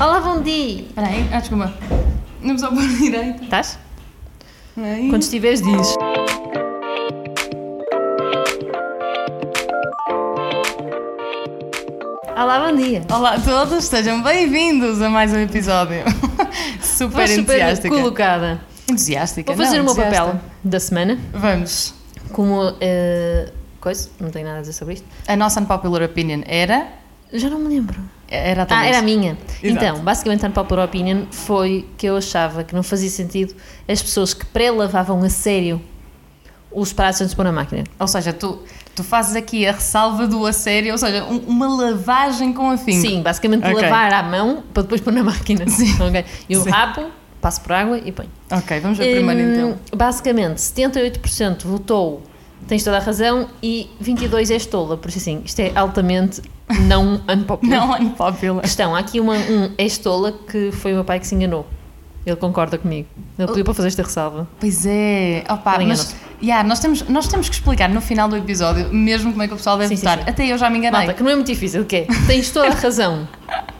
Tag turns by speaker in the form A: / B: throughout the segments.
A: Olá, bom dia!
B: Espera aí, ah, desculpa. Não me só pôr direito.
A: Estás?
B: Aí.
A: Quando estiveres, diz. Olá, bom dia!
B: Olá a todos, sejam bem-vindos a mais um episódio. super
A: Vais super
B: entusiástica.
A: colocada.
B: Entusiástica,
A: Vou fazer
B: não,
A: o meu
B: entusiasta.
A: papel da semana,
B: Vamos.
A: como eh, coisa, não tenho nada a dizer sobre isto.
B: A nossa unpopular opinion era...
A: Já não me lembro.
B: Era
A: Ah,
B: talvez.
A: era a minha.
B: Exato.
A: Então, basicamente, a Unpopular Opinion foi que eu achava que não fazia sentido as pessoas que pré-lavavam a sério os pratos antes de pôr na máquina.
B: Ou seja, tu, tu fazes aqui a ressalva do a sério, ou seja, um- uma lavagem com afinco.
A: Sim, basicamente
B: Ok.
A: lavar à mão para depois pôr na máquina. Sim. Eu rabo, passo por água e ponho.
B: Ok, vamos ver primeiro
A: Hum,
B: então.
A: Basicamente, 78% votou tens toda a razão e 22% és tola. Por isso, assim, isto é altamente não unpopular.
B: Não unpopular.
A: Questão, há aqui uma, um ex-tola que foi o meu pai que se enganou. Ele concorda comigo. Ele pediu para fazer esta ressalva.
B: Pois é, opa,
A: Ele
B: mas yeah, nós, temos, nós temos que explicar no final do episódio mesmo como é que o pessoal deve
A: Sim, sim,
B: votar.
A: sim.
B: Até eu já me enganei.
A: Malta, que não é muito difícil, que é, tens toda a razão.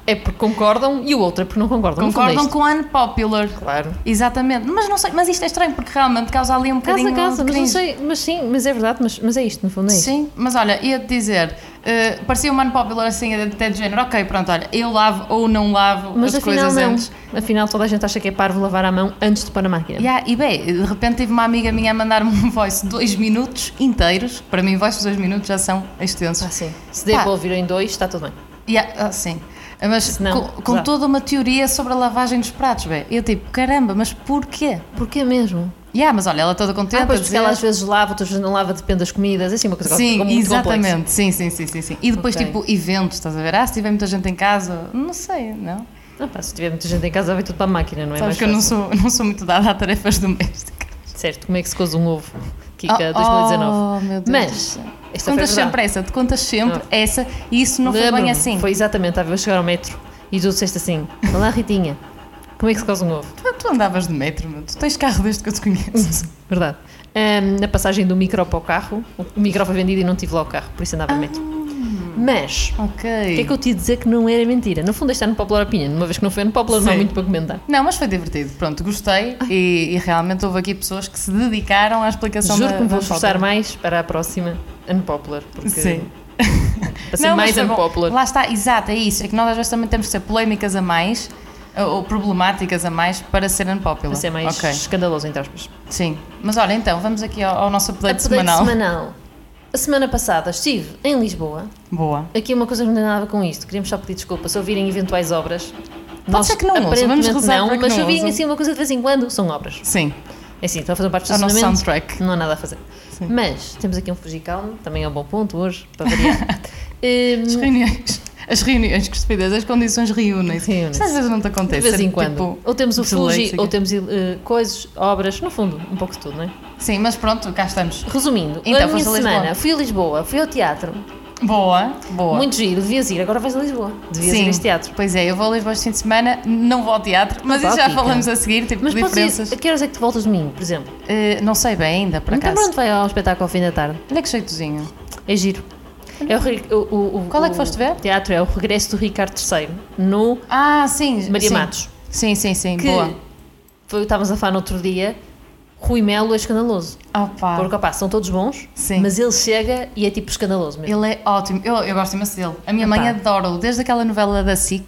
A: É porque concordam e o outro é porque não concordam. No fundo é
B: Concordam
A: isto.
B: com unpopular.
A: Claro.
B: Exatamente, mas não sei, mas isto é estranho porque realmente causa ali um
A: Casa
B: bocadinho
A: a casa,
B: de
A: mas não
B: cringe.
A: sei, mas sim, mas é verdade, mas, mas é isto, no fundo é isto.
B: Sim, mas olha, ia-te dizer, eh, parecia uma unpopular assim, até de género, ok, pronto, olha, eu lavo ou não lavo
A: Mas
B: as
A: afinal
B: coisas
A: não.
B: antes.
A: Afinal toda a gente acha que é parvo lavar a mão antes de pôr na máquina.
B: Yeah, e bem, de repente tive uma amiga minha a mandar-me um voice dois minutos inteiros. Para mim, voice dois minutos já são extensos.
A: Ah, sim. Se der
B: Pá.
A: para ouvir em dois, está tudo bem.
B: Yeah, ah, sim. Mas
A: Se não,
B: com, com
A: já.
B: toda uma teoria sobre a lavagem dos pratos, bem. Eu tipo, caramba, mas porquê?
A: Porquê mesmo?
B: Yeah, mas olha, ela toda contente.
A: Ah, pois
B: a
A: porque
B: dizer-
A: ela às vezes lava, outras vezes não lava, depende das comidas, é assim uma coisa
B: Sim,
A: muito complexa.
B: exatamente. Sim, sim, sim, sim, sim. E depois,
A: Ok.
B: tipo, eventos, estás a ver? Ah, se tiver muita gente em casa, não sei, não.
A: Ah, pá, se tiver muita gente em casa, vai tudo para a máquina, não é?
B: Sabes
A: Mais
B: que eu não
A: fácil.
B: sou, não sou muito dada a tarefas domésticas.
A: Certo, como é que se coza um ovo? Kika
B: Oh,
A: 2019.
B: Oh, meu Deus.
A: Mas,
B: do céu.
A: Esta
B: Contas
A: foi a verdade.
B: sempre essa, te contas sempre essa, e isso não foi
A: Lembro-me,
B: bem assim.
A: Foi exatamente, estava eu a chegar ao metro e tu disseste assim: Olá, Ritinha, como é que se coza um ovo?
B: Tu, tu andavas de metro, meu. tu tens carro desde que eu te conheço.
A: Verdade. Ahm, na passagem do micro para o carro, o micro foi vendido e não tive lá o carro, por isso andava a
B: Ah.
A: metro. Mas, o
B: ok.
A: que é que eu te ia dizer que não era mentira? No fundo, este ano Popular Opinion, uma vez que não foi ano Popular, não há
B: Sim.
A: muito para comentar.
B: Não, mas foi divertido. Pronto, gostei e, e realmente houve aqui pessoas que se dedicaram à explicação
A: Juro
B: da,
A: que me vou
B: da
A: esforçar
B: foto.
A: mais para a próxima Unpopular, porque
B: Sim.
A: para ser Assim, mais
B: mas foi bom.
A: Unpopular.
B: Lá está, exato, é isso. É que nós às vezes também temos que ser polémicas a mais ou ou problemáticas a mais para ser unpopular.
A: Para ser mais
B: Ok,
A: escandaloso, entre aspas.
B: sim. Mas olha, então, vamos aqui ao, ao nosso update,
A: Update
B: semanal.
A: semanal. A semana passada estive em Lisboa.
B: Boa.
A: Aqui é uma coisa que não tem nada a ver com isto. Queríamos só pedir desculpa se ouvirem eventuais obras.
B: ser que não ouçam, vamos
A: aparentemente
B: rezar
A: não,
B: para que
A: mas
B: não
A: se ouvirem
B: ouçam.
A: assim uma coisa de vez em quando, são obras.
B: Sim,
A: É assim, estão a fazer parte do
B: é o nosso
A: estacionamento.
B: soundtrack.
A: Não há nada a fazer.
B: Sim.
A: Mas temos aqui um Fujicalm, também é um bom ponto hoje, para variar. Hum,
B: As reuniões. As reuniões, que estupidez, as condições reúnem-se.
A: Reúnem-se.
B: Isto às vezes não te
A: de
B: acontece.
A: vez em
B: tipo,
A: quando. ou temos o Fuji,
B: silêncio.
A: ou temos eh, coisas, obras, no fundo, um pouco de tudo, não é?
B: Sim, mas pronto, cá estamos.
A: Resumindo,
B: Então,
A: a minha
B: foste a Lisboa.
A: semana fui a Lisboa, fui ao teatro.
B: Boa, boa.
A: Muito giro, devias ir, agora vais a Lisboa. Devias ir a este teatro.
B: Pois é, eu vou a Lisboa este fim de semana, não vou ao teatro, mas
A: Opa,
B: isso já
A: fica.
B: falamos a seguir, tipo,
A: Mas podes
B: diferenças.
A: ir, a que horas é que tu voltas domingo, por exemplo?
B: Eh, não sei bem ainda, por
A: então
B: acaso.
A: pronto, vai ao espetáculo ao fim da tarde.
B: Olha que jeitozinho.
A: É giro. É o, re- o- o- o-
B: Qual é que
A: o
B: foste ver?
A: Teatro é o regresso do Ricardo III no
B: Ah, sim.
A: Maria
B: sim.
A: Matos.
B: Sim, sim, sim,
A: Que
B: boa.
A: foi, estávamos a falar no outro dia. Rui Melo é escandaloso.
B: Opa,
A: Porque, opá, são todos bons,
B: Ah. Sim.
A: mas ele chega e é tipo escandaloso mesmo.
B: ele é ótimo. Eu, eu gosto imenso dele. A minha
A: Opa.
B: mãe adora-o, desde aquela novela da SIC,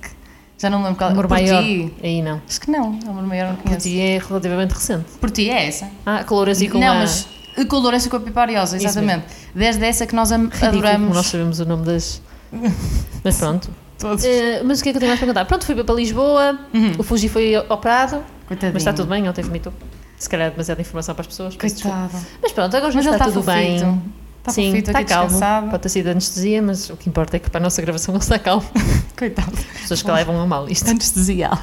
B: já não me lembro qual.
A: Amor
B: Por
A: maior.
B: ti.
A: Aí não.
B: Acho que não, Amor Maior não
A: Por
B: conheço.
A: ti é relativamente recente.
B: Por ti é essa?
A: Ah, caloras e com
B: não,
A: a...
B: mas eh, com Lourenço e com a Pipariosa,
A: Isso
B: exatamente. Desde essa que nós am-
A: Ridículo, como
B: adoramos
A: nós sabemos o nome das... Mas pronto.
B: todos.
A: Eh, mas o que é que eu tenho mais para contar? Pronto, fui para Lisboa,
B: Uhum.
A: o Fuji foi operado,
B: Coitadinho.
A: mas está tudo bem, ontem vomitou. Se calhar demasiada informação para as pessoas. peço desculpa.
B: Coitado.
A: Mas pronto, agora já
B: Mas
A: está,
B: ele tá está
A: tudo
B: fofito.
A: bem.
B: Está
A: Sim,
B: fofito
A: está
B: aqui
A: calmo.
B: descansado.
A: Pode ter sido anestesia, mas o que importa é que para a nossa gravação ele está calmo.
B: Coitado.
A: As pessoas que levam a mal isto.
B: Anestesial.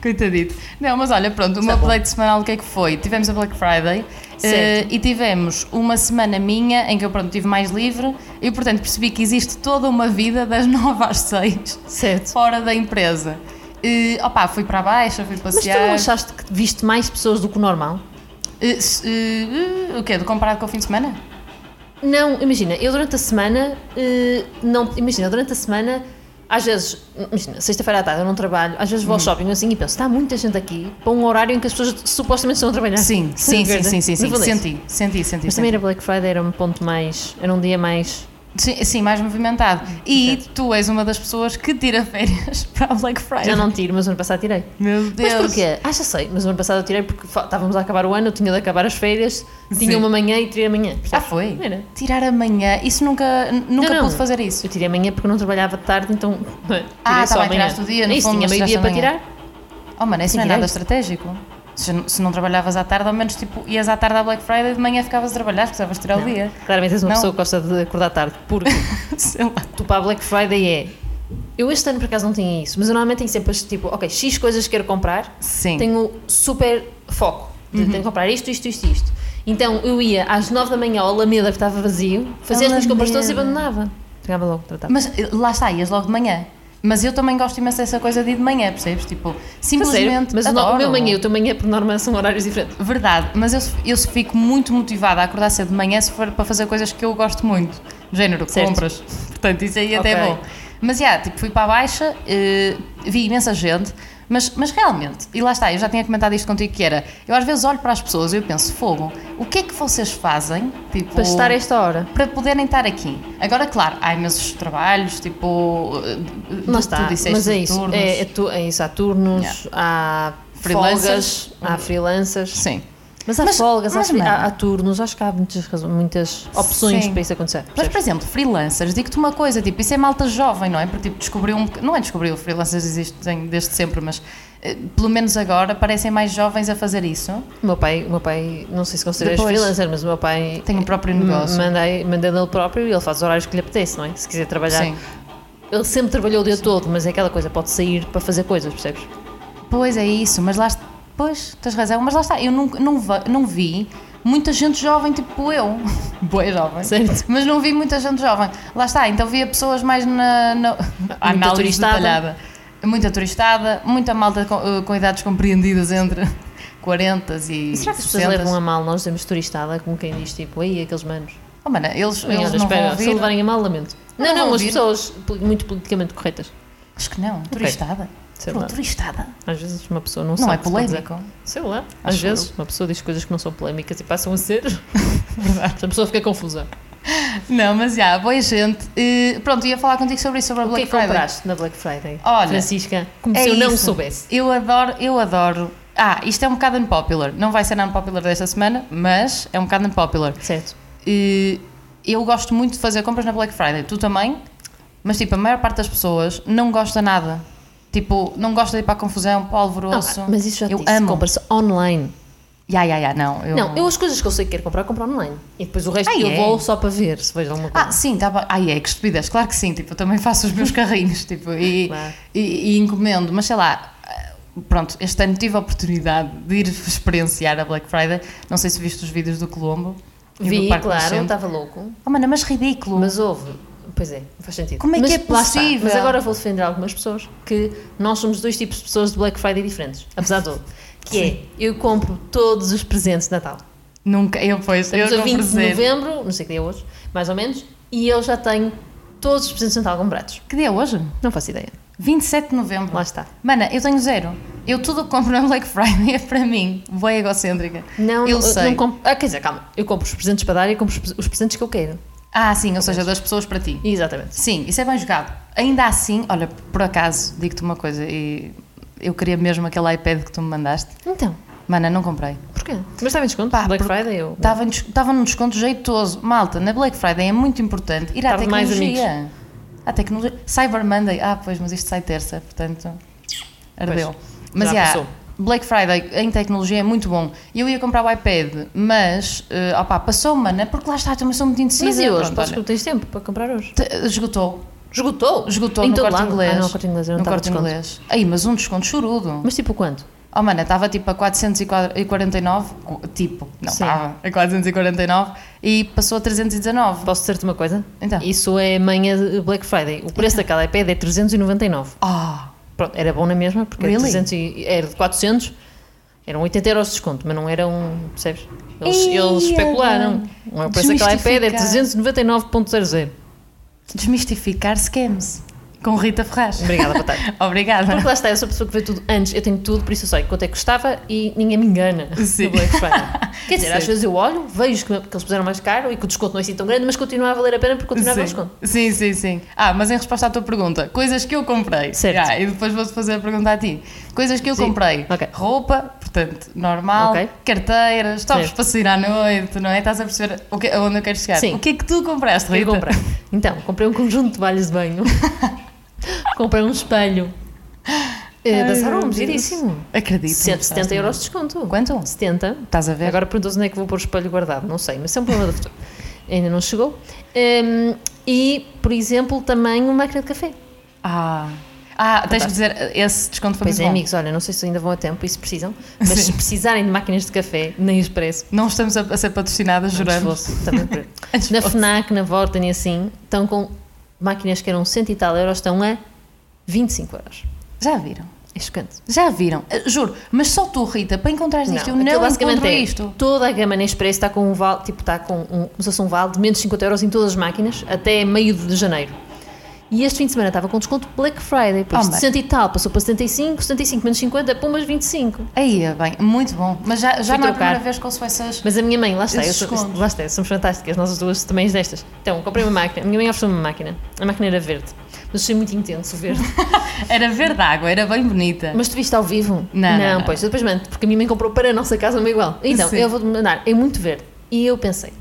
B: Coitadito. Não, mas olha, pronto, o meu
A: bom.
B: update semanal o que é que foi? Tivemos a Black Friday eh,
A: Certo.
B: e tivemos uma semana minha em que eu, pronto, estive mais livre e, portanto, percebi que existe toda uma vida das 9 às 6
A: Certo.
B: fora da empresa. E, opa, fui para a baixa, fui
A: Mas tu não
B: passear.
A: achaste que viste mais pessoas do que o normal?
B: Eh, s- eh, eh, o quê? Do comparado com o fim de semana?
A: Não, imagina, eu durante a semana, eh, não, imagina, durante a semana Às vezes, imagina, sexta-feira à tarde eu não trabalho, às vezes vou ao shopping assim e penso, está muita gente aqui para um horário em que as pessoas supostamente estão a trabalhar.
B: Sim, sim, sim, sim, sim, sim.
A: No fundo é isso.
B: Senti, senti, senti.
A: Mas também
B: senti.
A: era Black Friday, era um ponto mais. Era um dia mais.
B: Sim, sim, mais movimentado. E tu és uma das pessoas que tira férias para a Black Friday.
A: Já não tiro, mas o ano passado tirei.
B: Meu
A: Mas
B: Deus.
A: porquê? Ah, já sei, mas o ano passado eu tirei porque fa- estávamos a acabar o ano, eu tinha de acabar as férias,
B: Sim.
A: tinha uma manhã e tirei amanhã.
B: Ah,
A: percebes?
B: foi?
A: Era.
B: Tirar amanhã, isso nunca, n- nunca
A: Não, não.
B: pude fazer isso.
A: Eu tirei amanhã porque não trabalhava de tarde, então tirei
B: Ah, tá
A: só
B: bem,
A: amanhã.
B: tiraste o dia, no
A: Isso,
B: fundo,
A: tinha
B: mas
A: meio dia para
B: tiraste
A: tirar.
B: amanhã. Oh mano, isso não é
A: Tem
B: nada
A: direito.
B: estratégico. Se, n- se não trabalhavas à tarde, ao menos tipo, ias à tarde à Black Friday de manhã ficavas a trabalhar, precisavas tirar É o dia.
A: Claramente és uma
B: Não.
A: pessoa que gosta de acordar tarde, porque
B: Sei lá.
A: tu para a Black Friday é. Eu este ano por acaso não tinha isso, mas eu normalmente tenho sempre este tipo, ok, X coisas que quero comprar,
B: Sim. Uhum.
A: tenho super foco. de Tenho que comprar isto, isto, isto, isto. Então eu ia às 9 da manhã ao Alameda que estava vazio, fazia as minhas compras todas e
B: Alameda.
A: abandonava. Pegava logo, tratava.
B: Mas eh, lá está, ias logo de manhã. Mas eu também gosto imenso dessa coisa de ir de manhã, percebes? Tipo,
A: A sério,
B: simplesmente.
A: mas o no- o
B: adoro.
A: meu manhã e o teu manhã, por norma, são horários diferentes.
B: Verdade, mas eu, eu fico muito motivada a acordar cedo de manhã se for para fazer coisas que eu gosto muito. Género,
A: Certo.
B: compras. Portanto, isso aí até é
A: Ok.
B: bom. Mas, já, tipo, fui para a Baixa, eh, vi imensa gente, mas, mas realmente, e lá está, eu já tinha comentado isto contigo, que era, eu às vezes olho para as pessoas e eu penso, fogo, o que é que vocês fazem, tipo...
A: Para estar a esta hora.
B: para poderem estar aqui. Agora, claro, há imensos trabalhos, tipo... eh,
A: Não
B: tu
A: está,
B: disseste
A: mas é
B: de
A: isso.
B: turnos.
A: É, é, tu, é isso. Há turnos, há
B: Freelancers.
A: freelancers, há freelancers.
B: Sim.
A: Mas há
B: Mas-
A: folgas, há
B: mas,
A: fri- há,
B: mano.
A: há turnos, acho que há muitas, razões- muitas opções
B: Sim.
A: para isso acontecer.
B: Mas,
A: percebes?
B: por exemplo, freelancers, digo-te uma coisa, tipo, isso é malta jovem, não é? Porque, tipo, descobriu um... boc- Não é descobriu, freelancers existem desde sempre, mas, eh, pelo menos agora, parecem mais jovens a fazer isso.
A: O meu pai, o meu pai, não sei se consideras
B: Depois.
A: freelancer, mas o meu pai
B: Tem o próprio
A: m-
B: negócio.
A: manda, manda dele próprio e ele faz os horários que lhe apetece, não é? Se quiser trabalhar.
B: Sim.
A: Ele sempre trabalhou o dia todo, mas é aquela coisa, pode sair para fazer coisas, percebes?
B: Pois, é isso, mas lá... est- Pois, tens razão, mas lá está, eu nunca, não, va- não vi muita gente jovem, tipo eu. Boa jovem.
A: Certo.
B: Mas não vi muita gente jovem. Lá está, então via pessoas mais na, na análise
A: turistada.
B: detalhada. Muita turistada, muita malta com, eh, com idades compreendidas entre 40 e.
A: E será que as pessoas
B: 60s?
A: levam a mal nós dizemos turistada, como quem diz, tipo, aí aqueles manos?
B: Oh, mano, eles,
A: Bem,
B: eles
A: olha,
B: não vão
A: espera, se
B: ouvir.
A: levarem a mal, lamento.
B: Não
A: Não,
B: vão
A: não, as
B: ouvir.
A: pessoas poli- muito politicamente corretas.
B: Acho que não. Turistada.
A: Sei
B: Pô,
A: lá.
B: turistada.
A: Às vezes uma pessoa não,
B: Não
A: sabe.
B: é
A: o que está a dizer.
B: polémico.
A: Sei lá. Às
B: Acho
A: vezes uma pessoa diz coisas que não são polémicas e passam a ser. Verdade. A pessoa fica confusa.
B: Não, mas já, boa gente. Eh, pronto, ia falar contigo sobre isso, sobre a
A: O que é que
B: Black Friday.
A: compraste na Black Friday?
B: Olha,
A: Francisca, como se
B: É
A: eu não
B: isso.
A: soubesse.
B: Eu adoro, eu adoro. Ah, isto é um bocado unpopular. Não vai ser unpopular desta semana, mas é um bocado unpopular.
A: Certo.
B: Eh, eu gosto muito de fazer compras na Black Friday. Tu também? Mas, tipo, a maior parte das pessoas não gosta nada. Tipo, não gosta de ir para a confusão, para o
A: Ah,
B: alvoroço.
A: mas isso já te
B: eu
A: disse.
B: amo.
A: Compra-se online.
B: Ya, ya, ya, não. Eu...
A: Não, eu as coisas que eu sei que quero comprar, compro online. E depois o resto
B: Ah,
A: eu
B: é?
A: vou só para ver se vejo alguma coisa.
B: Ah, sim, tá bem. Ai, é, que estupidez. Claro que sim, tipo, eu também faço os meus carrinhos, tipo, e,
A: Claro.
B: e- e encomendo. Mas sei lá, ah, pronto, este ano tive a oportunidade de ir experienciar a Black Friday. Não sei se viste os vídeos do Colombo. e do
A: Vi,
B: Parque do
A: claro,
B: Centro.
A: estava louco.
B: Oh, mano, mas ridículo.
A: Mas houve. Pois é, faz sentido.
B: Como é que
A: Mas
B: é
A: lá está.
B: possível?
A: Mas agora vou defender algumas pessoas que nós somos dois tipos de pessoas de Black Friday diferentes, apesar de tudo. Que é, eu compro todos os presentes de Natal.
B: Nunca, eu pois,
A: Estamos
B: eu
A: a 20 de
B: comprei.
A: novembro, não sei que dia é hoje, mais ou menos, e eu já tenho todos os presentes de Natal comprados.
B: Que dia é hoje?
A: Não faço ideia.
B: 27 de novembro.
A: Lá está.
B: Mana, eu tenho zero. Eu tudo o que compro na Black Friday é para mim. Boa egocêntrica.
A: Não,
B: eu
A: não,
B: sei.
A: não compro. Ah, quer dizer, calma, eu compro os presentes para dar e compro os pres- os presentes que eu quero.
B: Ah, sim, ou seja, das pessoas para ti.
A: Exatamente.
B: Sim, isso é bem jogado. Ainda assim, olha, por acaso, digo-te uma coisa, e eu queria mesmo aquele iPad que tu me mandaste.
A: Então,
B: Mana, não comprei.
A: porquê? Mas estava em desconto?
B: Pá,
A: Black
B: porque tá
A: Friday eu.
B: Estava em des- estava num desconto jeitoso. Malta, na Black Friday é muito importante ir à
A: Estava mais
B: tecnologia. À tecnologia. Cyber Monday. Ah, pois, mas isto sai terça, portanto. Ardeu. mas
A: já
B: yeah,
A: passou.
B: Black Friday em tecnologia é muito bom. Eu ia comprar o iPad, mas eh, opá, passou, mana, porque lá está, também sou muito indecisa.
A: Mas e hoje?
B: Pronto,
A: Podes que
B: olha,
A: tens tempo para comprar hoje?
B: te- esgotou.
A: Esgotou?
B: Esgotou
A: em
B: no
A: todo
B: corte
A: lado?
B: inglês.
A: Ah, não, corte inglês, eu não
B: no
A: estava
B: corte
A: desconto.
B: inglês. Aí, mas um desconto chorudo.
A: Mas tipo quanto?
B: Oh, mano, estava tipo a 449, co- tipo, não
A: Sim.
B: estava, a 449 e passou a 319.
A: Posso dizer-te uma coisa?
B: Então.
A: Isso é manhã de Black Friday. O preço daquela iPad é 399.
B: Ah,
A: Pronto, era bom na mesma, porque
B: Really?
A: era, 300 e- era de 400, eram 80 euros de desconto, mas não eram, percebes? Eles,
B: Ih,
A: eles especularam. O preço daquela iPad é
B: Desmistificar.
A: 399.00.
B: desmistificar scams. Com Rita Ferraz.
A: Obrigada, boa tarde.
B: Obrigada.
A: Porque lá está, eu sou a pessoa que vê tudo antes, eu tenho tudo, por isso eu sei quanto é que custava e ninguém me engana
B: Sim.
A: no Black Friday. Quer dizer,
B: Sim.
A: às vezes eu olho, vejo que, que eles puseram mais caro e que o desconto não é assim tão grande, mas continua a valer a pena porque continua a
B: sim.
A: haver desconto.
B: sim, sim, sim. Ah, mas em resposta à tua pergunta, coisas que eu comprei.
A: Certo.
B: Ah, e depois vou-te fazer a pergunta a ti. Coisas que eu
A: Sim.
B: comprei.
A: Ok.
B: Roupa, portanto, normal.
A: Ok.
B: Carteiras, estavas
A: Certo.
B: para sair à noite, não é? Estás a perceber o que, onde eu quero chegar.
A: Sim.
B: O que é que tu compraste, Rita?
A: Eu comprei. Então, comprei um conjunto de balhas de banho, comprei um espelho eh,
B: Ai,
A: da Sarum,
B: meu Deus.
A: giríssimo.
B: Acredito. não
A: 70,
B: estás
A: 70
B: a-
A: euros de desconto.
B: Quanto?
A: 70.
B: Estás a ver?
A: Agora perguntou-se onde é que vou pôr o espelho guardado, não sei, mas é um problema do futuro. Ainda não chegou. Ehm, e, por exemplo, também uma máquina de café.
B: Ah, ah tens de dizer, esse desconto foi
A: Pois
B: muito
A: é,
B: bom.
A: amigos, olha, não sei se ainda vão a tempo e se precisam, mas
B: Sim.
A: se precisarem de máquinas de café, nem expresso,
B: Não estamos a, a ser patrocinadas,
A: se
B: juramos.
A: fosse, também por-
B: Antes
A: na
B: fosse.
A: FNAC, na Vorten e assim, estão com máquinas que eram cento e tal euros, estão a 25 euros.
B: Já viram?
A: É chocante.
B: Já viram? Eh, Juro, mas só tu, Rita, para encontrares isto, eu
A: aquilo
B: um não encontro
A: é,
B: isto.
A: Toda a gama Nespresso está com um vale, tipo, está com um, como se fosse um vale de menos 50 euros em todas as máquinas até meio de janeiro. E este fim de semana estava com desconto Black Friday, pois
B: Oh,
A: de 60 e tal, passou para 75, 75 menos 50, pumas 25.
B: Aí, é bem, muito bom. Mas já, já
A: Fui
B: não é a
A: trocar.
B: primeira vez que ouço essas.
A: Mas a minha mãe, lá está, eu
B: Esses
A: sou,
B: descontos.
A: lá está, somos fantásticas, nós as duas também destas. Então, comprei uma máquina, a minha mãe ofereceu uma máquina, a máquina era verde, mas achei muito intenso o verde.
B: Era verde água, era bem bonita.
A: Mas tu viste ao vivo?
B: Não, não, não.
A: pois, eu depois mando, porque a minha mãe comprou para a nossa casa uma igual. Então,
B: Sim.
A: eu vou-te mandar, é muito verde. E eu pensei,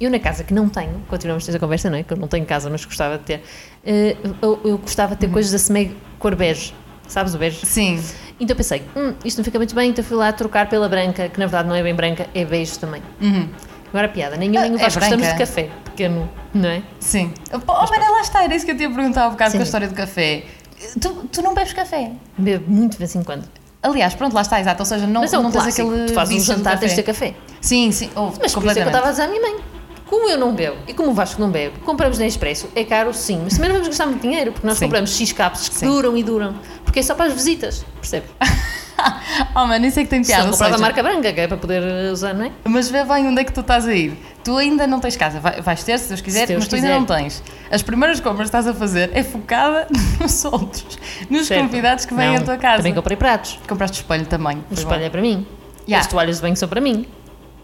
A: eu na casa que não tenho, continuamos a ter a conversa, não é? Que eu não tenho casa, mas gostava de ter, eh, eu, eu gostava de
B: Uhum.
A: ter coisas da SMEG cor bege, sabes o bege?
B: Sim,
A: Então eu pensei, hum, isto não fica muito bem, então fui lá trocar pela branca, que na verdade não é bem branca, é beijo também.
B: Uhum.
A: Agora piada, nem eu
B: Ah,
A: nem o
B: é
A: Vasco gostamos de
B: branca.
A: café, pequeno, não é?
B: sim. Oh, mas lá está, era isso que eu tinha perguntado há bocado
A: Sim.
B: com a história do café. Tu, tu não bebes café?
A: Bebo muito de vez em quando.
B: Aliás, pronto, lá está, exato. Ou seja, não,
A: Mas é um
B: não tens
A: clássico,
B: aquele.
A: tu fazes um
B: vício do
A: jantar,
B: café.
A: tens de ter café.
B: Sim, sim. Oh,
A: Mas por isso é que eu
B: completamente.
A: estava a dizer à minha mãe. Como eu não bebo e como o Vasco não bebe, compramos na Expresso, é caro sim, mas também não vamos gastar muito dinheiro, porque nós
B: Sim.
A: compramos X cápsulas que
B: Sim.
A: duram e duram, porque é só para as visitas, percebe?
B: oh, mano, isso é que tem
A: Se
B: piada.
A: não
B: ou
A: comprar da
B: seja,
A: marca branca, que é para poder eh, usar, não é?
B: Mas vê bem onde é que tu estás a ir. Tu ainda não tens casa. Vai- Vais ter, se Deus quiser,
A: Se Deus
B: mas tu
A: quiser.
B: ainda não tens. As primeiras compras que estás a fazer é focada nos outros, nos
A: Certo.
B: convidados que vêm
A: Não,
B: à tua casa.
A: Também comprei pratos.
B: Compraste espelho também.
A: O
B: foi bom.
A: espelho é para mim.
B: Yeah.
A: As toalhas de banho são para mim.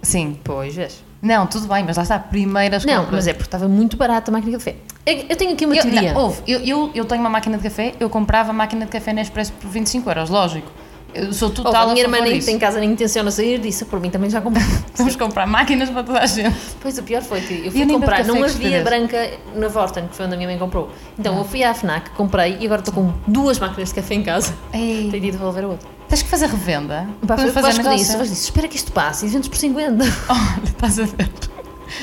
B: Sim.
A: Pois, vês.
B: Não, tudo bem, mas lá está, primeiras
A: Não,
B: compras.
A: mas é porque estava muito barata a máquina de café. Eu eu tenho aqui uma
B: Eu,
A: teoria.
B: não, ouve, eu, eu, eu tenho uma máquina de café, eu comprava a máquina de café na Expresso por 25 euros, lógico. Eu sou
A: Ou
B: total
A: a minha
B: a
A: irmã
B: favor
A: nem
B: disso.
A: tem casa nem intenciona sair disso, por mim também já comprei.
B: Vamos comprar máquinas para toda a gente.
A: Pois o pior foi que eu fui
B: Eu nem bebo
A: comprar,
B: café,
A: não
B: que
A: havia
B: estupidez.
A: branca na Vorten, que foi onde a minha mãe comprou. Então eu fui à FNAC, comprei e agora estou com duas máquinas de café em casa.
B: Ei,
A: Tenho de devolver a outra.
B: Tens que fazer revenda.
A: Pá, foi fazer
B: Podemos fazer
A: Vasco disse,
B: negócio.
A: Vasco disse, espera que isto passe e vendes por 50.
B: Olha, estás a ver.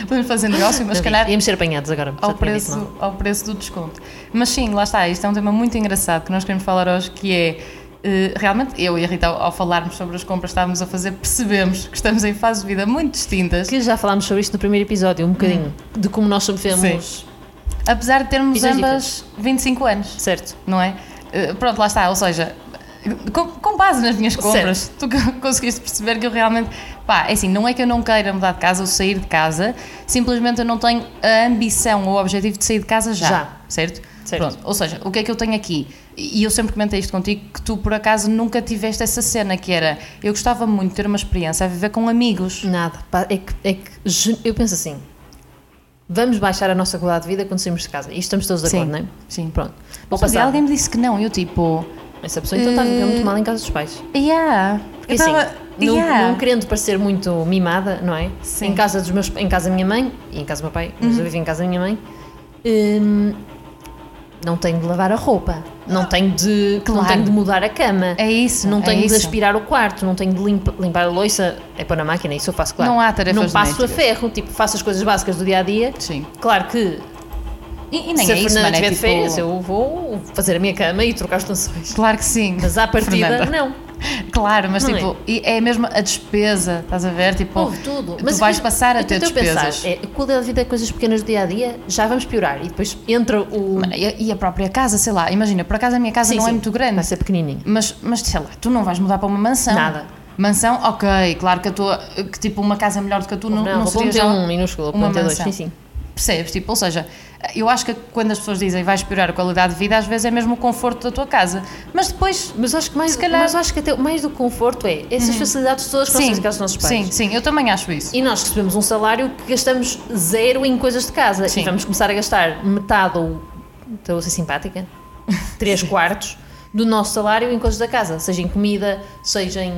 B: Podemos fazer negócio, mas se
A: Não,
B: calhar
A: Íamos ser apanhados agora. já
B: ao
A: tinha dito,
B: preço,
A: não.
B: ao preço do desconto. Mas sim, lá está, isto é um tema muito engraçado que nós queremos falar hoje, que é eh, realmente eu e a Rita, ao, ao falarmos sobre as compras que estávamos a fazer, percebemos que estamos em fases de vida muito distintas,
A: Que já falámos sobre isto no primeiro episódio, um bocadinho,
B: Hum.
A: de como nós sobrevivemos,
B: apesar de termos
A: Visões
B: ambas 25 anos,
A: certo?
B: não é? Eh, pronto, lá está, ou seja, com, com base nas minhas compras, tu co- conseguiste perceber que eu realmente, pá, é assim, não é que eu não queira mudar de casa ou sair de casa, simplesmente eu não tenho a ambição ou o objetivo de sair de casa já,
A: Já.
B: certo?
A: Certo.
B: Pronto, ou seja, o que é que eu tenho aqui? E eu sempre comentei isto contigo, que tu por acaso nunca tiveste essa cena que era, eu gostava muito de ter uma experiência a viver com amigos.
A: Nada. pá, é que, é que ge- eu penso assim, vamos baixar a nossa qualidade de vida quando saímos de casa. E estamos todos de
B: Sim.
A: acordo, não é?
B: Sim.
A: Pronto. Vou
B: Mas um dia
A: passar.
B: alguém me disse que não, eu tipo,
A: Essa pessoa então está a viver
B: Eh,
A: muito mal em casa dos pais.
B: yeah.
A: Porque
B: Eu
A: assim,
B: tava-
A: não,
B: yeah.
A: não querendo parecer muito mimada, não é?
B: Sim. Uhum.
A: Em casa dos meus, em casa da minha mãe e em casa do meu pai, mas eu vivo em casa da minha mãe. hum, não tenho de lavar a roupa, não tenho de, não
B: Ah. Claro.
A: tenho de mudar a cama,
B: É isso,
A: não
B: é
A: tenho de
B: isso.
A: aspirar o quarto, não tenho de limpa- limpar a louça, é pôr na máquina, isso eu faço claro.
B: Não há tarefas
A: Não passo a
B: domésticas.
A: ferro, tipo, faço as coisas básicas do dia a dia.
B: Sim.
A: Claro que
B: E, e nem
A: se
B: é
A: a
B: isso,
A: Fernanda
B: mano, é
A: tiver de
B: tipo-
A: férias, eu vou fazer a minha cama e trocar os tensões.
B: Claro que sim.
A: Mas à partida,
B: Fernanda.
A: não.
B: Claro, mas
A: Não
B: tipo, e é mesmo a despesa, estás a ver? Tipo,
A: Houve tudo.
B: tu vais passar a
A: então
B: ter
A: eu pensar,
B: despesas.
A: é, a qualidade de vida é coisas pequenas do dia a dia, já vamos piorar. E depois entra o.
B: Mano, e, e a própria casa, sei lá, imagina, por acaso a minha casa
A: Sim,
B: não é
A: sim.
B: muito grande,
A: Vai ser pequenininho.
B: mas, mas sei lá, tu não vais mudar para uma mansão.
A: Nada.
B: Mansão, ok, claro que a tua, que tipo uma casa melhor do que a tua não, não,
A: vou
B: seria
A: ter
B: já
A: um minúsculo, vou
B: uma
A: ter dois.
B: mansão.
A: Sim, sim.
B: Percebes? Tipo, ou seja, eu acho que quando as pessoas dizem vais piorar a qualidade de vida, às vezes é mesmo o conforto da tua casa. Mas depois.
A: Mas acho que mais,
B: Se calhar- Uhum.
A: mas acho que até mais do conforto é essas facilidades todas que nós temos em casa dos nossos pais.
B: sim, sim, eu também acho isso.
A: E nós recebemos um salário que gastamos zero em coisas de casa.
B: Sim.
A: E vamos começar a gastar metade ou. Estou a ser simpática? Três quartos do nosso salário em coisas da casa. Seja em comida, seja em.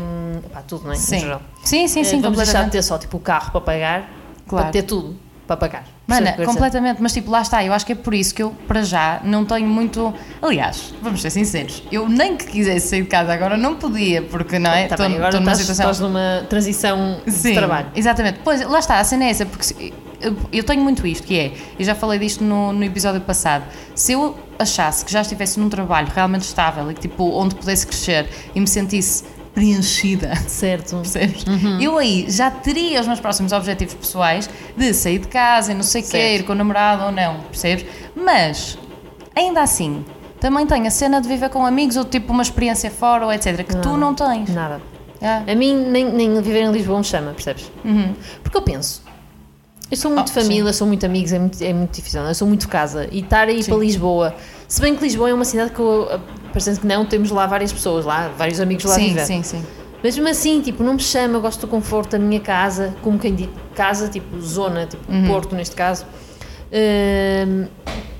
A: Pá, tudo, não é?
B: Sim.
A: No geral.
B: Sim, sim,
A: Eh,
B: sim,
A: vamos deixar de
B: completamente.
A: ter só tipo o carro para pagar,
B: Claro.
A: para ter tudo para pagar.
B: Mana,
A: Percebes o que eu quero dizer?
B: completamente, mas tipo, lá está, eu acho que é por isso que eu, para já, não tenho muito. Aliás, vamos ser sinceros, eu nem que quisesse sair de casa agora não podia, porque não é?
A: Tá
B: Estou
A: bem, agora
B: estou numa
A: estás,
B: situação.
A: estás numa transição
B: Sim,
A: de trabalho.
B: Exatamente. Pois, lá está, a cena é essa, porque se- eu, eu tenho muito isto, que é, eu já falei disto no, no episódio passado, se eu achasse que já estivesse num trabalho realmente estável e que, tipo, onde pudesse crescer e me sentisse preenchida,
A: Certo.
B: percebes? Eu aí já teria os meus próximos objetivos pessoais de sair de casa e não sei o quê,
A: Certo.
B: ir com o namorado ou não, percebes? Mas, ainda assim, também tenho a cena de viver com amigos ou, tipo, uma experiência fora ou etc, que tu não tens.
A: Nada.
B: Ah.
A: A mim, nem, nem viver em Lisboa me chama, percebes? Porque eu penso, eu sou muito
B: Uhum. Ah,
A: família, sou muito amigos, é muito, é muito difícil, não é? eu sou muito de casa. E estar aí para Lisboa, se bem que Lisboa é uma cidade que, eu, parecendo que não, temos lá várias pessoas, lá vários amigos lá
B: Sim,
A: vivem.
B: sim, sim.
A: Mas mesmo assim, tipo, não me chama, eu gosto do conforto da minha casa, como quem diz, casa, tipo, zona, tipo,
B: Uhum.
A: Porto, neste caso. Ahm,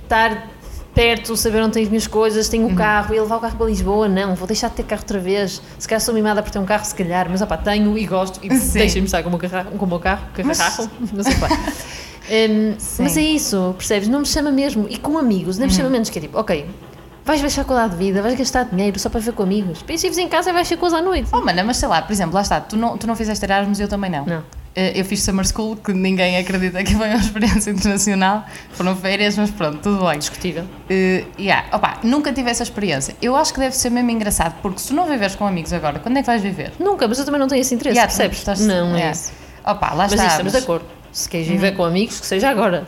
A: estar perto, saber onde tenho as minhas coisas,
B: Uhum.
A: tenho o carro, ia levar o carro para Lisboa, não, vou deixar de ter carro outra vez. Se calhar sou mimada por ter um carro, se calhar, mas opá, tenho e gosto, e
B: Sim.
A: deixem-me estar com o meu carro, com o meu carro, carrarraco, não sei pá. Ahm,
B: Sim. Uhum.
A: mas é isso, percebes? Não me chama mesmo. E com amigos, nem me chama menos, que é tipo, ok, vais deixar qualidade de vida, vais gastar dinheiro só para ver com amigos. Depois, se vives em casa, é vais ter coisa à noite.
B: Oh, mana, mas sei lá, por exemplo, lá está, tu não, tu não fizeste Erasmus, eu também não.
A: Não.
B: Eh, Eu fiz Summer School, que ninguém acredita que foi uma experiência internacional. Foram férias, mas pronto, tudo bem.
A: Discutível.
B: Eh, yeah. Opa, nunca tive essa experiência. Eu acho que deve ser mesmo engraçado, porque se tu não viveres com amigos agora, quando é que vais viver?
A: Nunca, mas eu também não tenho esse interesse,
B: Yeah,
A: percebes?
B: estás- Uhum.
A: não, é
B: yeah.
A: isso.
B: Opa, lá
A: Mas
B: está.
A: isto, estamos de acordo. Se queres viver com amigos, que seja agora.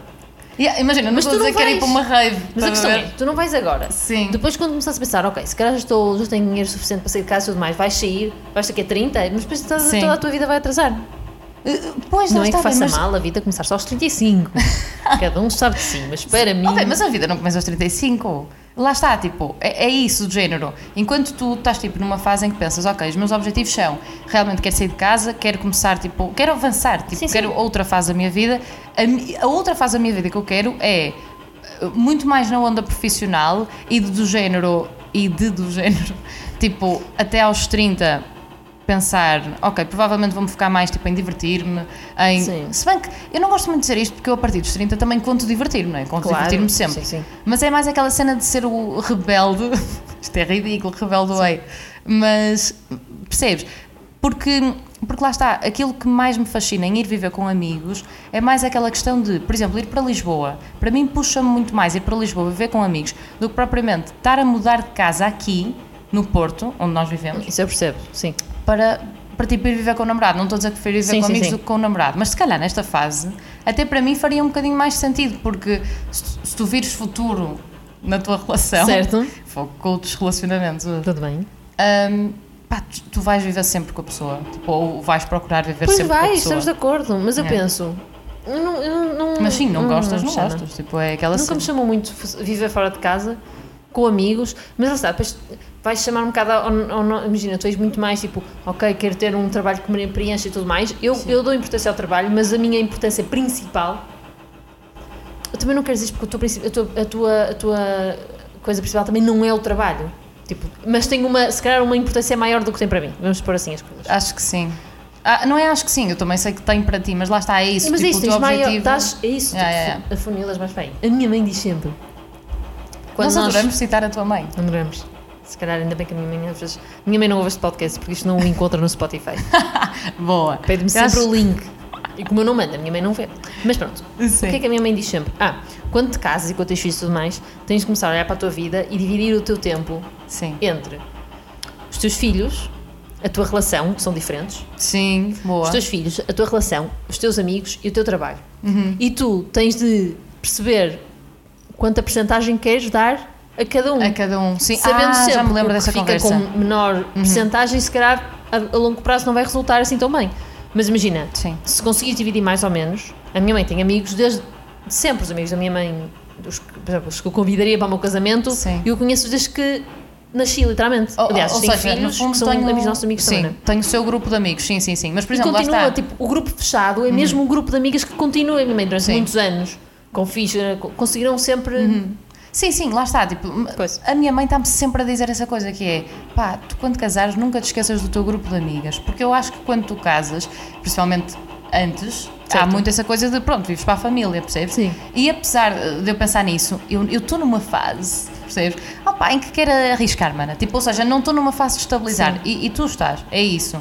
B: Yeah, imagina, não
A: Mas tu
B: estou a
A: não
B: dizer que quero ir
A: vais.
B: para uma rave.
A: Mas
B: estás
A: a questão
B: ver?
A: é, tu não vais agora.
B: Sim.
A: Depois quando começares a pensar, ok, se calhar já, estou, já tenho dinheiro suficiente para sair de casa e tudo mais, vais sair, vais daqui a 30, mas depois toda,
B: Sim.
A: toda a tua vida vai atrasar.
B: Eh, Pois,
A: não
B: lá
A: é
B: está,
A: que faça
B: mas...
A: mal a vida começar só aos 35. Cada um sabe de si, mas para mim...
B: Ok, mas a vida não começa aos 35. Lá está, tipo, é, é isso de género. Enquanto tu estás, tipo, numa fase em que pensas, ok, os meus objetivos são, realmente quero sair de casa, quero começar, tipo, quero avançar, tipo,
A: Sim, sim.
B: quero outra fase da minha vida. A, mi- a outra fase da minha vida que eu quero é eh, muito mais na onda profissional e de, do género, e de do género, tipo, até aos 30 pensar, ok, provavelmente vou-me focar mais, tipo, em divertir-me, em...
A: Sim.
B: Se bem que eu não gosto muito de dizer isto porque eu a partir dos 30 também conto divertir-me, não é? Conto
A: Claro,
B: divertir-me sempre.
A: sim, sim.
B: Mas é mais aquela cena de ser o rebelde. Isto é ridículo, rebelde way. Mas percebes? Porque, porque lá está, aquilo que mais me fascina em ir viver com amigos é mais aquela questão de, por exemplo, ir para Lisboa. Para mim puxa-me muito mais ir para Lisboa viver com amigos do que propriamente estar a mudar de casa aqui, no Porto, onde nós vivemos,
A: Isso eu percebo, sim.
B: para, para tipo ir viver com o namorado. Não estou a dizer que prefiro viver
A: Sim,
B: com
A: sim,
B: amigos
A: sim.
B: do que com o namorado, mas se calhar nesta fase, até para mim faria um bocadinho mais sentido, porque se, se tu vires futuro na tua relação,
A: Certo.
B: fogo com outros relacionamentos,
A: Tudo bem?
B: hum, pá, tu, tu vais viver sempre com a pessoa, tipo, ou vais procurar viver
A: Pois
B: sempre
A: vais,
B: com a
A: estamos de
B: pessoa.
A: acordo, mas eu
B: É.
A: penso... eu não- eu não- Hum,
B: Mas sim, não gostas,
A: me
B: não,
A: chama.
B: gostas. Tipo, é aquela
A: Nunca me
B: cena.
A: chamou muito f- viver fora de casa, com amigos, mas lá está, depois vais chamar um bocado, ao- ao- ao- imagina, tu és muito mais tipo, ok, quero ter um trabalho que me preenche e tudo mais, eu, eu dou importância ao trabalho, mas a minha importância principal, eu também não quero dizer isto porque o teu princi- a tua, a, tua, a tua coisa principal também não é o trabalho, tipo, mas tem uma, se calhar uma importância maior do que tem para mim, vamos pôr assim as coisas.
B: Acho que sim. Ah, não é acho que sim, eu também sei que tem para ti, mas lá está, é isso.
A: Mas é isso,
B: tipo, o teu
A: tens maior,
B: objetivo.
A: estás, é isso,
B: Yeah,
A: tu
B: yeah,
A: fu- afunilas mais bem. A minha mãe diz sempre,
B: Nós adoramos citar a tua mãe.
A: Não duramos. Se calhar ainda bem que a minha mãe às vezes. Minha mãe não ouve este podcast porque isto não o encontra no Spotify.
B: Boa.
A: Pede-me
B: Eu acho-
A: sempre o link. E como eu não mando, a minha mãe não vê. Mas pronto.
B: Sim.
A: O que é que a minha mãe diz sempre? Ah, quando te casas e quando tens filhos e tudo mais, tens de começar a olhar para a tua vida e dividir o teu tempo
B: Sim.
A: entre os teus filhos, a tua relação, que são diferentes,
B: Sim, boa.
A: os teus filhos, a tua relação, os teus amigos e o teu trabalho.
B: Uhum.
A: E tu tens de perceber quanta percentagem queres dar a cada um.
B: A cada um. Sim,
A: sabendo
B: ah,
A: sempre
B: já me
A: que
B: lembro
A: o que
B: dessa
A: fica
B: conversa. Uhum.
A: com menor percentagem, se calhar a, a longo prazo não vai resultar assim tão bem. Mas imagina,
B: Sim.
A: se conseguires dividir mais ou menos, a minha mãe tem amigos desde sempre os amigos da minha mãe, os, que- por exemplo, os que eu convidaria para o meu casamento,
B: Sim.
A: eu conheço desde que nasci, literalmente.
B: Oh,
A: Aliás, tenho filhos que são amigos nossos amigos
B: sim,
A: também. não é?
B: tenho o seu grupo de amigos, sim, sim, sim. Mas, por
A: E
B: exemplo, lá
A: continua,
B: está. Uhum.
A: tipo, o grupo fechado é mesmo um grupo de amigas que continua, a minha mãe, durante
B: Sim. Uhum.
A: muitos anos, com filhos, eh, co- conseguiram sempre.
B: Sim, sim, lá está. Tipo, m-
A: Coisa.
B: a minha mãe está-me sempre a dizer essa coisa que é pá, tu quando casares nunca te esqueças do teu grupo de amigas, porque eu acho que quando tu casas, principalmente antes, há
A: Certo.
B: muito essa coisa de pronto, vives para a família, percebes?
A: Sim.
B: E apesar de eu pensar nisso, eu estou numa fase, percebes? Ah pá, em que quero arriscar, mana. Tipo, ou seja, não estou numa fase de estabilizar.
A: Sim.
B: E, e tu estás, é isso.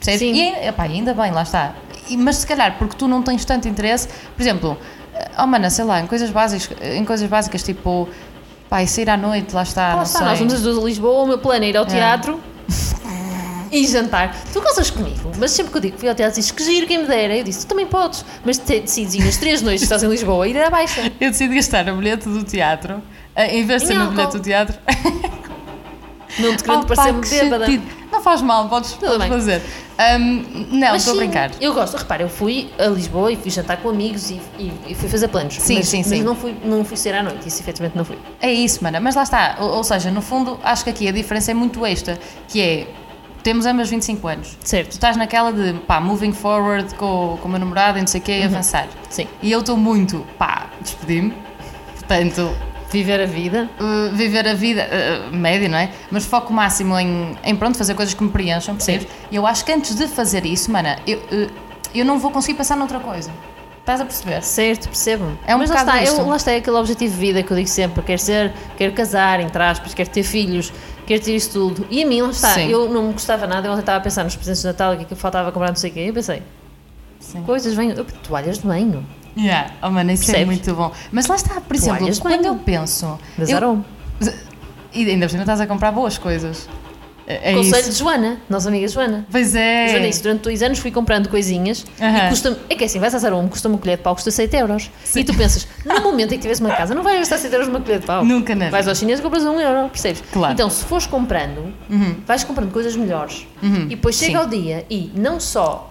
B: Percebes?
A: Sim.
B: E é- epá, ainda bem, lá está. E- mas se calhar porque tu não tens tanto interesse, por exemplo, eh, oh mana, sei lá, em coisas básicas, em coisas básicas tipo, pá, e sair à noite, lá está,
A: Lá
B: não
A: está,
B: sei.
A: nós vamos as duas a Lisboa, o meu plano é ir ao teatro e jantar. Tu gozas comigo, mas sempre que eu digo que fui ao teatro, dizes que giro, quem me dera. Eu disse, tu também podes, mas te- decides ir nas três noites que estás em Lisboa ir à baixa.
B: Eu decido gastar o bilhete do teatro, eh, em vez
A: Em
B: de ser no
A: álcool.
B: bilhete do teatro.
A: Não te querendo
B: Oh, pá, que
A: parecer bêbada.
B: sentido. Não faz mal, podes,
A: Tudo
B: podes
A: bem.
B: fazer. Ahm, não,
A: Mas
B: estou
A: sim,
B: a brincar.
A: Eu gosto, repara, eu fui a Lisboa e fui jantar com amigos e, e- e fui fazer planos.
B: Sim,
A: mas,
B: sim,
A: mas
B: sim.
A: não fui, não fui ser à noite, isso efetivamente não fui.
B: É isso, mana. Mas lá está. Ou, ou seja, no fundo, acho que aqui a diferença é muito esta, que é, temos ambas 25 anos. Tu
A: Certo,
B: estás naquela de, pá, moving forward com, com o meu namorado e não sei o quê,
A: Uhum.
B: avançar.
A: sim.
B: E eu estou muito, pá, despedi-me. Portanto,
A: Viver a vida.
B: eh, viver a vida eh, média, não é? Mas foco máximo em, em pronto, fazer coisas que me preencham, percebes? E eu acho que antes de fazer isso, mana, eu, eh, eu não vou conseguir pensar noutra coisa. Estás a perceber?
A: Certo, percebo.
B: É um
A: Mas lá
B: bocado
A: está,
B: isto.
A: eu, lá está aquele objetivo de vida que eu digo sempre: quero ser, quero casar, entre aspas, quero ter filhos, quero ter isso tudo. E a mim, lá está,
B: Sim.
A: eu não me gostava nada. Eu ontem estava a pensar nos presentes de Natal, o que é que faltava comprar, não sei o quê. Eu pensei:
B: Sim.
A: coisas, venho, eu- toalhas de banho,
B: Yeah. Oh, mana, isso é
A: Percebes?
B: muito bom. Mas lá está, por exemplo,
A: Toalhas de
B: quando eu
A: banho.
B: penso...
A: da
B: eu-
A: Zarom.
B: E ainda por cima estás a comprar boas coisas. É, é
A: Conselho
B: isso.
A: de Joana, nossa amiga Joana.
B: Pois é.
A: Joana disse, durante dois anos fui comprando coisinhas
B: Aham.
A: e custa É que assim, vais a Zarom, custa uma colher de pau, custa 7 euros. E tu pensas, no momento em que tiveres uma casa, não vais gastar 7 euros numa colher de pau.
B: Nunca na
A: Vais
B: vida.
A: aos chineses e compras um euro, percebes?
B: Claro.
A: Então, se fores comprando,
B: Uhum.
A: vais comprando coisas melhores. E depois chega
B: Sim.
A: ao dia e não só.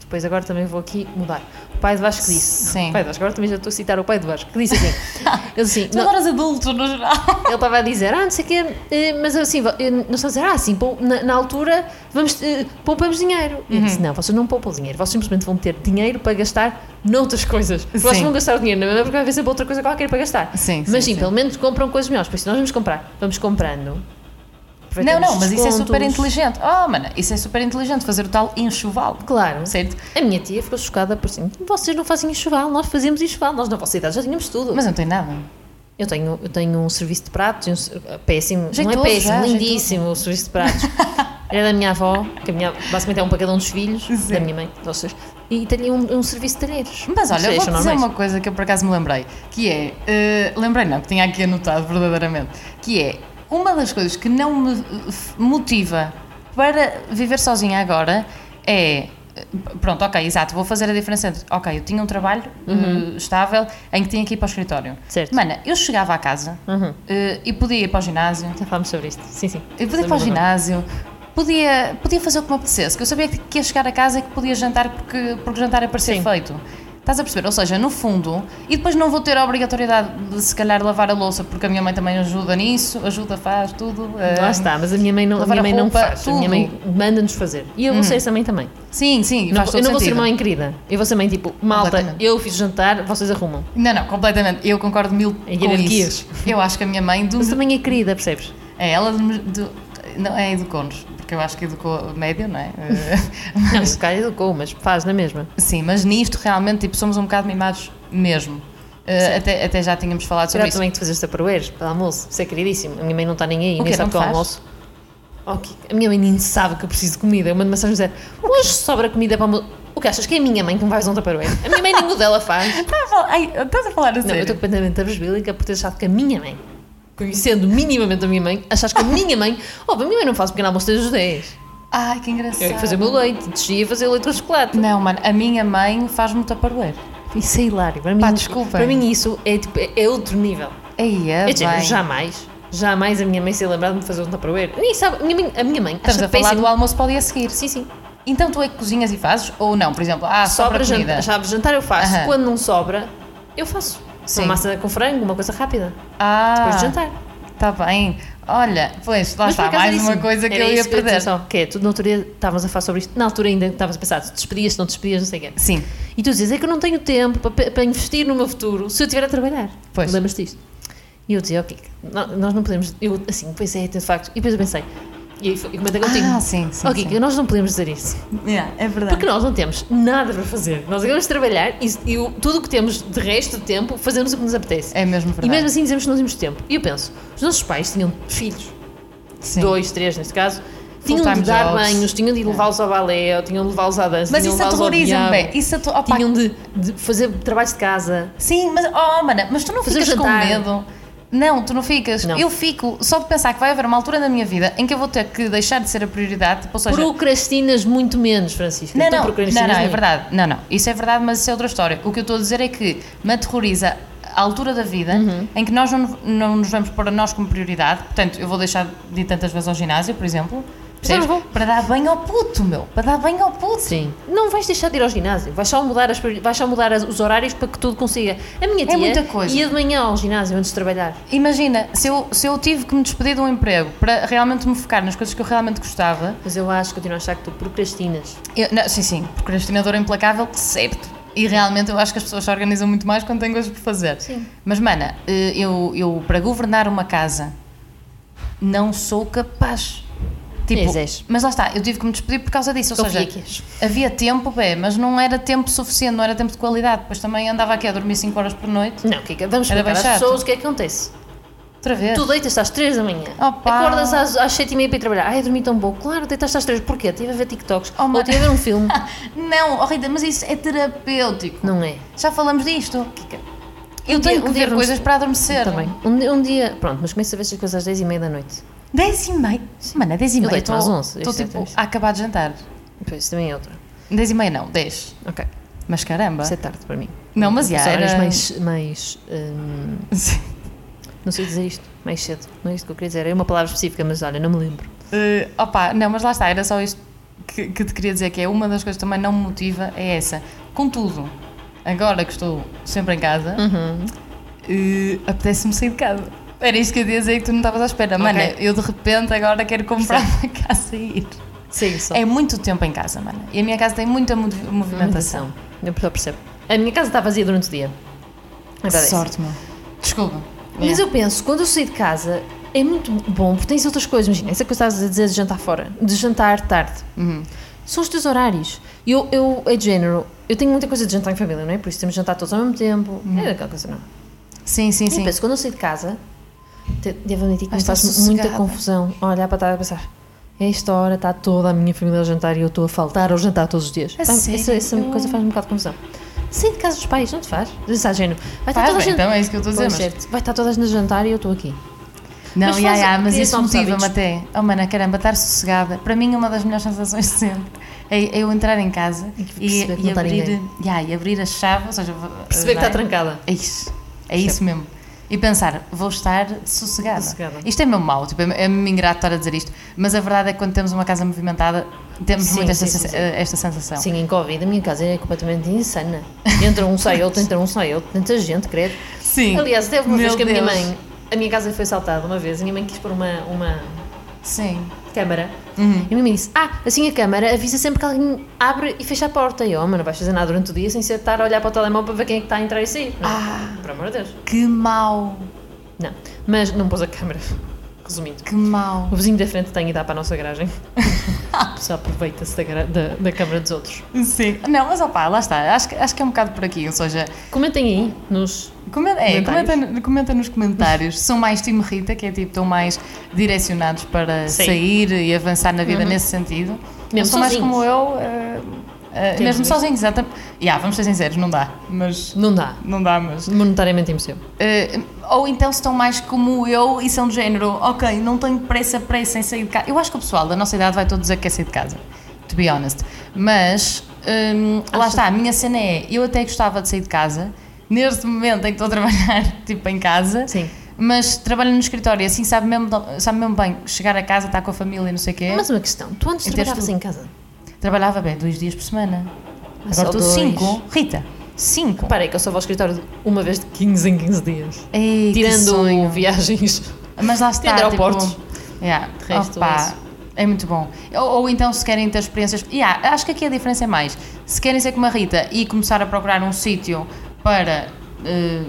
A: Depois agora também vou aqui mudar. O pai de Vasco disse.
B: Sim.
A: O pai de Vasco, agora também já estou a citar o pai de Vasco, que disse assim. ele assim,
B: Tu
A: "Não,
B: adoras adultos no geral.
A: ele estava a dizer, ah, não sei o quê, eh, mas assim, vo- eh, não estão a dizer, ah, sim, pou- na, na altura vamos, eh, poupamos dinheiro. E
B: Uhum.
A: Eu disse, não, vocês não poupam dinheiro, vocês simplesmente vão ter dinheiro para gastar noutras coisas. Vocês
B: Sim.
A: vão gastar o dinheiro, não é porque vai haver sempre outra coisa qualquer para gastar.
B: Sim,
A: mas
B: sim,
A: sim,
B: sim.
A: pelo menos compram coisas melhores, porque se nós vamos comprar, vamos comprando.
B: Não,
A: Aproveitamos
B: não, mas isso é super
A: descontos.
B: inteligente. Oh, mana, isso é super inteligente, fazer o tal enxoval.
A: Claro.
B: Certo?
A: A minha tia ficou chocada por assim, vocês não fazem enxoval, nós fazemos enxoval, nós na vossa idade já tínhamos tudo.
B: Mas não tem nada.
A: Eu tenho, eu tenho um serviço de pratos, um ser- péssimo,
B: Jeitoso
A: não é péssimo,
B: já,
A: lindíssimo o serviço de pratos. Era da minha avó, que a minha, basicamente é um para cada um dos filhos,
B: Sim.
A: da minha mãe, dos seus. E tenho um, um serviço de talheres.
B: Mas olha, eu
A: Vocês
B: vou
A: são
B: dizer
A: normais.
B: uma coisa que eu por acaso me lembrei, que é, eh, lembrei não, que tinha aqui anotado verdadeiramente, que é uma das coisas que não me eh, f- motiva para viver sozinha agora é eh, pronto, ok, exato, vou fazer a diferença entre ok, eu tinha um trabalho eh, estável em que tinha que ir para o escritório.
A: Uhum. Certo.
B: Mana, eu chegava à casa
A: Uhum.
B: eh, e podia ir para o ginásio,
A: Já falámos sobre isto. Sim, sim.
B: eu podia ir para o ginásio, podia, podia fazer o que me apetecesse, que eu sabia que que ia chegar a casa e que podia jantar porque, porque jantar é para ser
A: Sim.
B: feito. Estás a perceber? Ou seja, no fundo, e depois não vou ter a obrigatoriedade de se calhar lavar a louça, porque a minha mãe também ajuda nisso, ajuda, faz tudo.
A: Lá
B: eh,
A: está, mas a minha mãe não, a
B: Lavar a
A: minha mãe não
B: roupa,
A: faz. A minha mãe manda-nos fazer. E eu vou ser essa mãe também.
B: Sim, sim,
A: Não vou-
B: faz todo
A: eu não vou ser
B: sentido.
A: mãe querida. Eu vou ser mãe tipo, malta,
B: Completamente.
A: eu fiz o jantar, vocês arrumam.
B: Não, não, completamente. Eu concordo mil
A: Em
B: com
A: hierarquias.
B: isso. Eu acho que a minha mãe do,
A: Mas também é querida, percebes?
B: é ela do, do- não é educou-nos, porque eu acho que educou a média, não é? Eh,
A: Não, se calhar educou, mas faz na mesma.
B: Sim, mas nisto realmente tipo, somos um bocado mimados mesmo. Uh, até, até já tínhamos falado sobre
A: Será
B: isso.
A: também que tu fazes taparoeiros para almoço? Isso é queridíssimo. A minha mãe não está nem aí,
B: O quê?
A: nem
B: Não
A: sabe que eu
B: faz?
A: almoço. Ok. A minha mãe nem sabe que eu preciso de comida. Eu mando mensagem dizer: hoje sobra comida para o almoço. O que achas que é a minha mãe que me vai fazer um taparoeiro? A minha mãe nem o dela faz.
B: Estás a falar, ai, estás a falar a
A: Não, eu
B: sério?
A: estou completamente abesbílica por ter achado que a minha mãe, conhecendo minimamente a minha mãe, achas que a minha mãe, oh, a minha mãe não faz pequeno almoço desde os 10.
B: Ai, que
A: Eu
B: engraçado.
A: ia fazer o meu leite, descia a fazer leite com chocolate.
B: Não, mano, a minha mãe faz muito taparoeiro.
A: Isso é hilário. Para mim,
B: Pá, desculpem.
A: Para mim isso é, tipo, é- é outro nível.
B: Aí é,
A: É de género,
B: bem.
A: jamais, jamais a minha mãe se ia lembrar de me fazer um taparoeiro. Nem sabe, a minha mãe, a minha mãe
B: Estamos
A: acha
B: a falar
A: péssimo.
B: do almoço para o dia seguir.
A: Sim, sim.
B: Então tu é que cozinhas e fazes? Ou não? Por exemplo, ah, sobra,
A: Sobra,
B: comida.
A: jantar, sabe, jantar eu faço.
B: Aham.
A: Quando não sobra, eu faço.
B: Sim.
A: Uma massa com frango, uma coisa rápida.
B: Ah,
A: Depois de jantar.
B: está bem. Olha, pois, lá
A: Mas por
B: está,
A: acaso
B: mais
A: era
B: uma
A: isso.
B: coisa que
A: Era
B: eu ia
A: isso ia dizer
B: perder.
A: só, que é, tu na altura estávamos a falar sobre isto. Na altura ainda estavas a pensar, se te despedias, se não te despedias, não sei o quê.
B: Sim,
A: E tu dizes, é que eu não tenho tempo para, pe- para investir no meu futuro se eu estiver a trabalhar.
B: Pois.
A: Lembras disto? E eu dizia, ok, no- nós não podemos. Eu, assim, pois é, de facto. E depois eu pensei, e aí foi- e comentei contigo.
B: Ah, sim, sim,
A: Ok,
B: sim.
A: nós não podemos dizer isso.
B: é verdade.
A: Porque nós não temos nada para fazer. Nós queremos trabalhar e, e o- tudo o que temos de resto do tempo fazemos o que nos apetece.
B: É mesmo verdade.
A: E mesmo assim dizemos que não temos tempo. E eu penso, os nossos pais tinham filhos, assim
B: Sim.
A: dois, três neste caso, tinham de
B: Full-time
A: dar
B: jobs. É.
A: banhos, tinham de levá-los ao balé, ou tinham de levá-los à dança,
B: Mas
A: tinham
B: isso
A: de levá-los ao diabo,
B: aterroriza-me, bem. Isso ater- opa,
A: Tinham de, de fazer trabalhos de casa.
B: Sim, mas oh, mana, mas tu não
A: Fazer
B: ficas com
A: jantar.
B: medo. Não, tu não ficas.
A: Não.
B: Eu fico só de pensar que vai haver uma altura na minha vida em que eu vou ter que deixar de ser a prioridade. Tipo, ou
A: um,
B: seja,
A: Procrastinas muito menos, Francisco.
B: não,
A: Tu
B: não, não,
A: procrastinas
B: não, é
A: muito.
B: verdade. Não, não. Isso é verdade, mas isso é outra história. O que eu estou a dizer é que me aterroriza a altura da vida
A: Uhum.
B: em que nós não, não nos vamos pôr a nós como prioridade. Portanto, eu vou deixar de ir tantas vezes ao ginásio, por exemplo. percebes?
A: não é, vou.
B: Para dar bem ao puto, meu. Para dar bem ao puto.
A: Sim. Não vais deixar de ir ao ginásio, vais só mudar, as, priori- vais só mudar as- os horários para que tudo consiga. A minha tia
B: É muita coisa.
A: ia de manhã ao ginásio antes de trabalhar.
B: Imagina, se eu, se eu tive que me despedir de um emprego para realmente me focar nas coisas que eu realmente gostava,
A: Mas eu acho, continuo a achar que tu procrastinas.
B: Eu- não, sim, sim, procrastinadora implacável, certo. E realmente eu acho que as pessoas se organizam muito mais quando têm coisas por fazer.
A: Sim.
B: Mas, mana, eh, eu, eu para governar uma casa não sou capaz. Tipo,
A: Pois és. Então
B: mas lá está, eu tive que me despedir por causa disso. Ou
A: Confia
B: seja,
A: que és.
B: havia tempo, bem, mas não era tempo suficiente, não era tempo de qualidade. Depois também andava aqui a dormir 5 horas por noite.
A: Não, Kika, vamos
B: Era
A: explicar
B: bem
A: às
B: chato.
A: pessoas o que é que acontece.
B: Outra vez.
A: Tu deitas-te às 3 da manhã,
B: Opa.
A: acordas às, às 7 e meia para ir trabalhar. Ai, eu dormi tão pouco. Claro, deitas-te às 3. Porquê? Estive a ver TikToks.
B: Oh,
A: ou
B: ma-
A: estive a ver um filme.
B: Não, oh Rita, mas isso é terapêutico.
A: Não é?
B: Já falamos disto.
A: Kika.
B: Eu
A: dia-
B: tenho que
A: um dia
B: ver
A: vamos-
B: coisas para adormecer.
A: Também. Um, di- um dia, pronto, mas começo a ver estas coisas às 10 e meia da noite.
B: 10 e meia? Mano, 10 e
A: Eu
B: meia.
A: deito-me às 11,
B: Estou
A: isto é
B: tipo
A: triste.
B: a acabar de jantar.
A: Pois, também é outra.
B: 10 e meia não, 10.
A: Ok.
B: Mas caramba.
A: Isso é tarde para mim.
B: Não, mas já
A: Os horários
B: era...
A: mais, mais hum,
B: Sim.
A: não sei dizer isto, mais cedo. Não é isto que eu queria dizer. É uma palavra específica, mas olha, não me lembro.
B: Eh, opa, não, mas lá está, era só isto que, que te queria dizer, que é uma das coisas que também não me motiva, é essa. Contudo, agora que estou sempre em casa,
A: Uhum.
B: eh, apetece-me sair de casa. Era isto que eu ia dizer que tu não estavas à espera. Mana, eu de repente agora quero comprar uma casa e ir.
A: Sim, só.
B: É muito tempo em casa, mana. E a minha casa tem muita movi- movimentação.
A: alimentação. Eu só percebo. A minha casa está vazia durante o dia. É
B: Que
A: verdade.
B: sorte, meu. Desculpa. É.
A: Mas eu penso, quando eu saí de casa, é muito bom, porque tens outras coisas. Imagina, essa coisa que estás a dizer de jantar fora, de jantar tarde.
B: Uhum.
A: São os teus horários. Eu, eu, é de género, eu tenho muita coisa de jantar em família, não é? Por isso temos de jantar todos ao mesmo tempo.
B: Uhum.
A: Não é aquela coisa, não.
B: Sim, sim,
A: E
B: sim.
A: penso, quando eu saí de casa, te- devo admitir que
B: Ah,
A: me
B: estás
A: faz muita
B: sossegada.
A: confusão a olhar para trás e pensar. A esta hora está toda a minha família a jantar e eu estou a faltar ao jantar todos os dias.
B: A
A: Faz-
B: sério?
A: Essa, essa
B: Eu-
A: coisa faz-me um bocado de confusão. Sair de casa dos pais, não te faz? Está género. Vai estar toda a
B: Faz bem,
A: gente.
B: então é isso que eu estou a dizer.
A: Pois,
B: Mas...
A: certo. Vai estar toda a gente a jantar e eu estou aqui.
B: Não,
A: Mas
B: mas,
A: faz-
B: mas
A: queria
B: isso
A: só um almoçar,
B: motiva-me
A: bichos.
B: até. Oh, mana, caramba, estar sossegada. Para mim, uma das melhores sensações de sempre é eu entrar em casa
A: E
B: e,
A: perceber que
B: e
A: não está
B: abrir,
A: ninguém.
B: yeah, e abrir a chave. Ou seja, vou-
A: Perceber que tá
B: não é?
A: está trancada.
B: É isso. É isso mesmo. E pensar, vou estar sossegada.
A: Sossegada.
B: Isto é mesmo mau, tipo, é- é-me ingrato estar a dizer isto. Mas a verdade é que quando temos uma casa movimentada, temos
A: Sim,
B: muito esta,
A: sim, sim,
B: sensa- eh, esta sensação.
A: Sim, em Covid, a minha casa é completamente insana. Entra um, sai outro, entra um, sai outro. Tanta gente, credo.
B: Sim.
A: Aliás, teve uma
B: Meu
A: vez que a minha
B: Deus.
A: mãe... A minha casa foi assaltada uma vez. A minha mãe quis pôr uma... uma
B: Sim.
A: câmara. E a minha mãe disse: Ah, assim a câmara avisa sempre que alguém abre e fecha a porta. E eu, oh, mas não vais fazer nada durante o dia sem ser estar a olhar para o telemóvel para ver quem é que está a entrar e sair. Não,
B: Ah.
A: Por amor de Deus.
B: Que mau.
A: Não. Mas não pôs a câmara. Resumindo,
B: Que mau.
A: o vizinho da frente tem e dá para a nossa garagem. Só aproveita-se da, gara- da, da câmara dos outros.
B: Sim. Não, mas opá, lá está. Acho, que- acho que é um bocado por aqui. Ou seja,
A: Comentem aí nos.
B: comenta, é,
A: Comentários.
B: comenta, comenta nos comentários. São mais time Rita, que é tipo, estão mais direcionados para
A: Sim. Uhum.
B: sair e avançar na vida nesse sentido. Ou são mais
A: sozinhos.
B: como eu, eh, eh,
A: Temos
B: mesmo
A: isso.
B: sozinhos, exatamente. Yeah, vamos ser sinceros, não dá. Mas.
A: Não dá.
B: Não dá, mas.
A: Monetariamente impossível.
B: Eh, ou então se estão mais como eu e são de género, ok, não tenho pressa, pressa em sair de casa. Eu acho que o pessoal da nossa idade vai todo dizer que quer sair de casa, to be honest. Mas, hum, lá
A: Acho-
B: está, a minha cena é, eu até gostava de sair de casa, neste momento em que estou a trabalhar, tipo, em casa,
A: Sim.
B: mas trabalho no escritório e assim sabe mesmo, sabe mesmo bem chegar a casa, estar com a família e não sei o quê.
A: Mas É uma questão: tu
B: É
A: antes
B: Em termos
A: trabalhavas
B: de-
A: em casa?
B: Trabalhava bem dois dias por semana,
A: Ah,
B: um. agora
A: só
B: estou
A: dois.
B: cinco. Rita, Cinco.
A: Parei que eu só vou ao escritório uma vez de 15 em 15 dias.
B: Ei, que
A: Tirando
B: sonho.
A: viagens.
B: Mas lá está,
A: Tirando
B: tipo,
A: aeroportos.
B: yeah,
A: resto,
B: opa,
A: isso.
B: é muito bom. Ou, ou então se querem ter experiências... Yeah, acho que aqui a diferença é mais. Se querem ser como a Rita e começar a procurar um sítio para eh,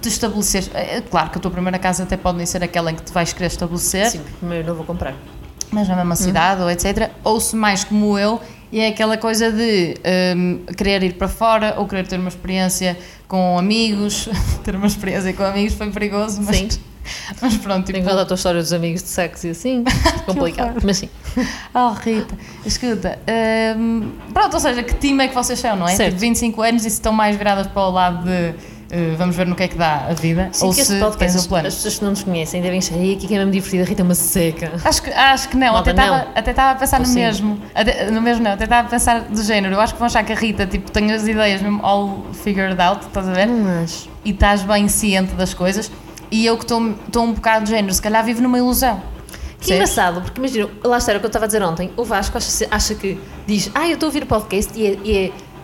B: te estabelecer... eh, claro que a tua primeira casa até pode nem ser aquela em que te vais querer estabelecer,
A: Sim, Uhum. primeiro não vou comprar.
B: mas na mesma cidade ou etc. Ou se mais como eu, e é aquela coisa de hum, querer ir para fora ou querer ter uma experiência com amigos. ter uma experiência com amigos foi perigoso, mas,
A: Sim.
B: mas pronto. Tipo,
A: Tenho conta a tua história dos amigos de sexo e assim. complicado.
B: horror.
A: Mas sim.
B: Oh, Rita, escuta. hum, pronto, ou seja, que time é que vocês são, não é?
A: Certo.
B: Tipo, 25 anos e se estão mais viradas para o lado de eh, vamos ver no que é que dá a vida.
A: Sim,
B: ou
A: que
B: se
A: este podcast, é
B: tens um
A: as,
B: plano.
A: as pessoas que não nos conhecem devem achar, "Ei, aqui que é mesmo divertida, a Rita é uma seca.
B: Acho que, acho que não,
A: Malta,
B: até estava-
A: não.
B: até estava a pensar
A: Ou
B: no
A: sim.
B: mesmo. Até- no mesmo não, até estava a pensar do género. Eu acho que vão achar que a Rita tipo, tem as ideias mesmo all figured out, estás a ver?
A: Não acho.
B: E estás bem ciente das coisas. E eu que estou um bocado do género, se calhar vivo numa ilusão.
A: Que
B: Percebes?
A: engraçado, porque imagina, lá está, era o que eu estava a dizer ontem, o Vasco acha, acha que diz, ah, eu estou a ouvir podcast e é, e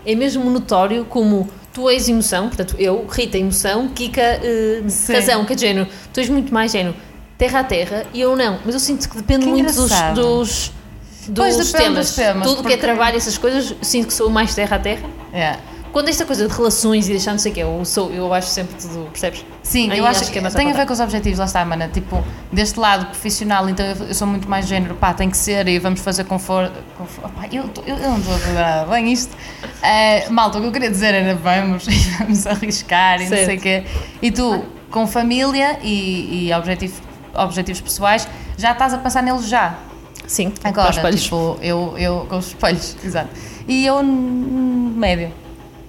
A: é, é mesmo notório como tu és emoção, portanto, eu, Rita, emoção, Kika, eh,
B: Sim.
A: razão, que é de género, tu és muito mais género, terra a terra, e eu não, mas eu sinto que depende
B: Que
A: muito dos,
B: engraçado.
A: dos,
B: Pois,
A: dos
B: depende
A: temas.
B: dos temas,
A: tudo que é
B: porque-
A: trabalho, essas coisas, sinto que sou mais terra a terra.
B: É.
A: Quando esta coisa de relações e deixar não sei o que, eu, sou, eu acho sempre tudo, percebes?
B: Sim,
A: Aí
B: eu acho, que
A: é mais
B: tem a ver
A: contrário.
B: com os objetivos, lá está, mana. Tipo, deste lado profissional, então eu, eu sou muito mais género, pá, tem que ser e vamos fazer conforto. conforto Opá, eu, tô- eu, eu não estou a fazer bem isto. Eh, malta, o que eu queria dizer era vamos, e vamos arriscar e não sei
A: Certo.
B: o quê. E tu, com família e, e objetivo- objetivos pessoais, já estás a pensar neles já.
A: Sim, para os
B: Agora,
A: espelhos.
B: tipo, eu, eu com os espelhos, exato. E eu, hum, médio.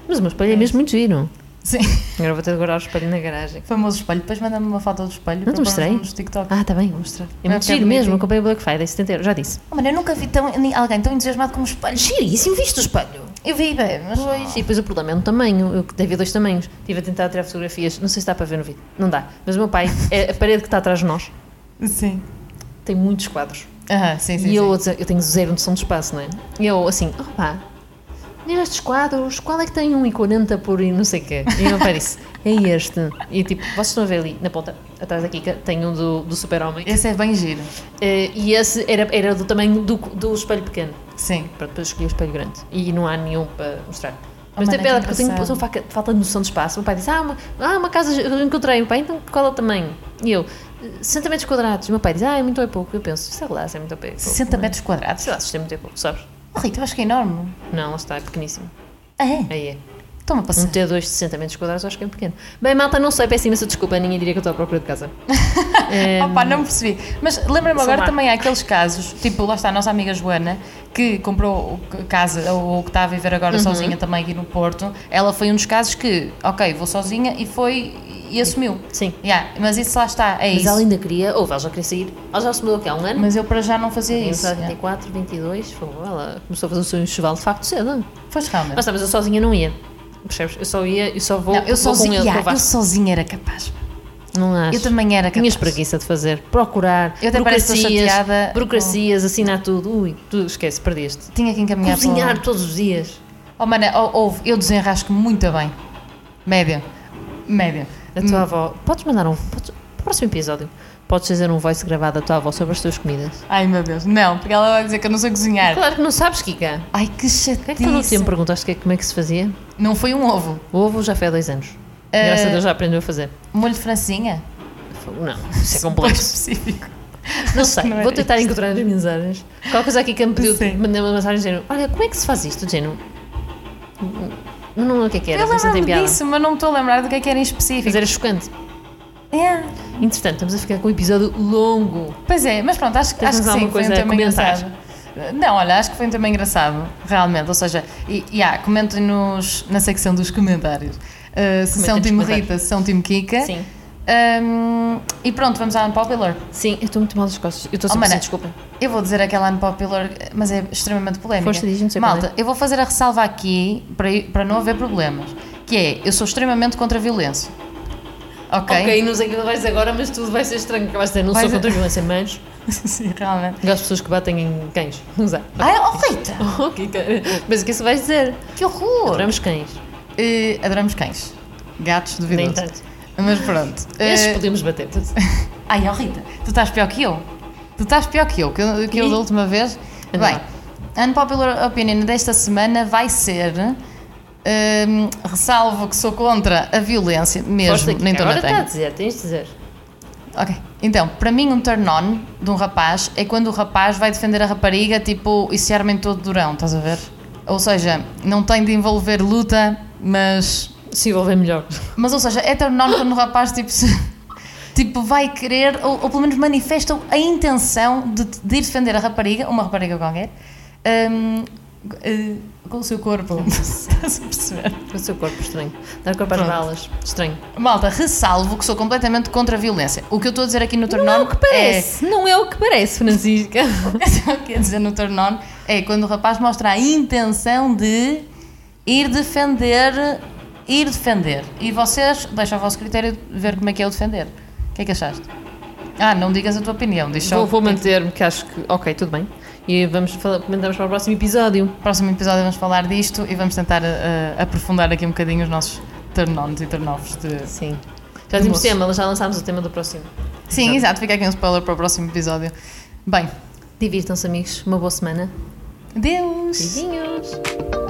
A: Mas o meu espelho é mesmo muito giro.
B: Sim.
A: Agora vou ter de guardar o espelho na garagem.
B: Famoso espelho, depois manda-me uma foto do espelho.
A: Não te
B: para pôrmos
A: mostrei?
B: Nos TikTok.
A: Ah, está bem, vou mostrar. É
B: Vai
A: muito
B: ficar
A: giro mesmo,
B: bonitinho.
A: eu comprei o Black Friday, 70 euros, já disse.
B: Mano, Oh, eu nunca vi tão, ni- alguém tão entusiasmado com os espelhos.
A: Giríssimo, viste o espelho?
B: Eu vi, bem, mas.
A: Pois, e depois o problema é no tamanho, eu que devia dois tamanhos. Estive a tentar tirar fotografias, não sei se dá para ver no vídeo, não dá. Mas o meu pai, é a parede que está atrás de nós,
B: Sim.
A: tem muitos quadros.
B: Ah, sim, sim.
A: e
B: sim.
A: eu, a dizer- eu tenho zero noção de espaço, não é? E eu, assim, opa, nestes quadros, qual é que tem 1,40 por e não sei o quê? E o meu pai disse, é este. E tipo, vocês estão a ver ali, na ponta, atrás da Kika, tem um do, do Super-Homem.
B: Esse é bem giro.
A: Eh, e esse era, era do tamanho do, do espelho pequeno.
B: Sim.
A: Pronto, depois escolhi o espelho grande. E não há nenhum para mostrar. Mas
B: mana,
A: tem piada
B: que
A: porque eu tenho
B: é engraçado.
A: eu faca- falta de noção de espaço. O meu pai disse: Ah, uma, ah, uma casa, eu encontrei. O pai, então qual é o tamanho? E eu: 60 metros quadrados. O meu pai diz: Ah, é muito ou é pouco. Eu penso: Sei lá, se é muito ou é pouco.
B: 60 metros quadrados.
A: Sei lá, se isto é muito ou é pouco, sabes?
B: Oh, Rita, eu acho que é enorme.
A: Não, lá está, é pequeníssimo.
B: É?
A: Aí é.
B: Toma
A: Um
B: passar.
A: T2 de 60 metros quadrados, eu acho que é um pequeno. Bem, malta, não sei, peço imensa desculpa, ninguém diria que eu estou à procura de casa. Eh,
B: Opa, não percebi. Mas lembra-me agora
A: Somar.
B: também há aqueles casos, tipo, lá está a nossa amiga Joana, que comprou o c- casa ou, ou que está a viver
A: Uhum.
B: agora sozinha também aqui no Porto. Ela foi um dos casos que, ok, vou sozinha e foi e assumiu.
A: Sim.
B: Yeah, mas isso lá está, é
A: mas
B: isso.
A: ela ainda queria, ou ela já queria sair, ela já se mudou aqui há um ano.
B: Mas eu para já não fazia
A: Tinha
B: isso.
A: só
B: yeah.
A: 24, 22, foi, ela começou a fazer o seu enxoval de facto
B: É.
A: cedo.
B: Pois realmente.
A: Mas, tá, mas eu sozinha não ia. Percebes? Eu só ia, eu só vou,
B: Não,
A: vou com
B: eu, sozinha,
A: ele,
B: yeah,
A: com o
B: eu
A: Vasco.
B: sozinha era capaz.
A: Não acho.
B: Eu também era capaz.
A: Tinhas preguiça de fazer, procurar,
B: Eu até parece que estou
A: burocracias,
B: chateada
A: burocracias assinar tudo. Ui, tu esquece, perdeste.
B: Tinha que encaminhar
A: Cozinhar
B: para... um
A: todos os dias.
B: Oh, mana, oh, ouve, eu desenrasco muito bem. Média. Média.
A: A tua avó. Podes mandar um. Podes, para o próximo episódio, podes fazer um voice gravado da tua avó sobre as tuas comidas.
B: Ai, meu Deus. Não, porque ela vai dizer que eu não sei cozinhar.
A: Claro que não sabes, Kika.
B: Ai, que
A: Como é que tu no
B: chatice.
A: tempo perguntaste que é- como é que se fazia?
B: não foi um ovo.
A: O ovo já foi há dois anos.
B: Eh,
A: Graças a Deus já aprendeu a fazer.
B: Molho de francinha.
A: Não, isso é
B: Mais
A: complexo.
B: específico.
A: Não sei,
B: Não era
A: vou tentar encontrar as mensagens. Qualquer coisa aqui que me pediu,
B: Sim.
A: mandei uma mensagem dizendo: Olha, como é que se faz isto? Dizendo, não, não, o que é que era?
B: Eu
A: mas não tem
B: lembro-me
A: piada.
B: disso, mas não me estou a lembrar do que é que era em
A: Mas
B: específico.
A: era chocante.
B: É.
A: Entretanto, estamos a ficar com um episódio longo.
B: Pois é, mas pronto, acho, que-
A: Tens
B: acho que
A: mais
B: sim,
A: alguma
B: foi um
A: coisa a
B: tema
A: comentar?
B: engraçado. Não, olha, acho que foi um tema engraçado, realmente. Ou seja, e, e há, comentem-nos na secção dos comentários uh, se
A: Comentem
B: são
A: nos
B: time
A: comentários.
B: Rita, se são time Kika.
A: Sim.
B: Um, e pronto, vamos à Unpopular.
A: Sim, eu estou muito mal das costas. Eu estou
B: Oh,
A: sempre
B: mana,
A: assim, desculpa.
B: Eu vou dizer aquela Unpopular, mas é extremamente polémica.
A: Força, é diz, não sei qual
B: Malta, eu vou fazer a ressalva aqui para, para não haver problemas, que é, eu sou extremamente contra a violência. Ok?
A: não sei o que vais agora, mas tudo vai ser estranho. Que vais dizer, não
B: Vai
A: sou
B: ser-
A: contra a violência, mas.
B: sim, realmente.
A: Gosto de pessoas que batem em cães. Não sei.
B: Ai, oh Rita,
A: Ok, cara. mas o que isso vais dizer?
B: que horror!
A: Adoramos cães.
B: Eh, adoramos cães. Gatos,
A: Nem
B: duvidoso.
A: tanto.
B: Mas pronto.
A: Esses
B: Eh,
A: podemos bater. portanto.
B: Ai, ó Rita, tu estás pior que eu. Tu estás pior que eu, que eu, que eu
A: Ih.
B: da última vez.
A: Anda
B: Bem,
A: lá.
B: a unpopular opinion desta semana vai ser. hum, ressalvo que sou contra a violência, mesmo,
A: Força,
B: nem toda
A: agora
B: tenho.
A: está a dizer, tens de dizer.
B: Ok, então, para mim um turn on de um rapaz é quando o rapaz vai defender a rapariga, tipo, e se arma em todo durão, estás a ver? Ou seja, não tem de envolver luta, mas
A: Se envolver melhor.
B: mas, ou seja, é turn on quando o rapaz tipo, se- tipo vai querer, ou, ou pelo menos manifesta a intenção de, de ir defender a rapariga, uma rapariga qualquer, hum, eh, com o seu corpo. Estás a perceber?
A: O seu corpo estranho. Dar corpo às
B: Pronto.
A: balas. Estranho.
B: Malta, ressalvo que sou completamente contra a violência. O que eu estou a dizer aqui no turn on
A: Não é o que parece. Não é o que parece, Francisca.
B: é. o que eu ia dizer no turn on é quando o rapaz mostra a intenção de ir defender. Ir defender. E vocês deixam ao vosso critério de ver como é que é o defender. O que é que achaste? Ah, não digas a tua opinião, diz só.
A: Vou, vou manter-me, que acho que. Ok, tudo bem. E vamos falar, comentamos para o próximo episódio.
B: No próximo episódio vamos falar disto e vamos tentar eh, aprofundar aqui um bocadinho os nossos turn-ons e turn-offs de.
A: Sim. Já
B: De
A: temos
B: moço.
A: tema, já lançámos o tema do próximo.
B: Sim, exato, fica aqui um spoiler para o próximo episódio. Bem,
A: Divirtam-se, amigos. Uma boa semana.
B: Deus!
A: Beijinhos.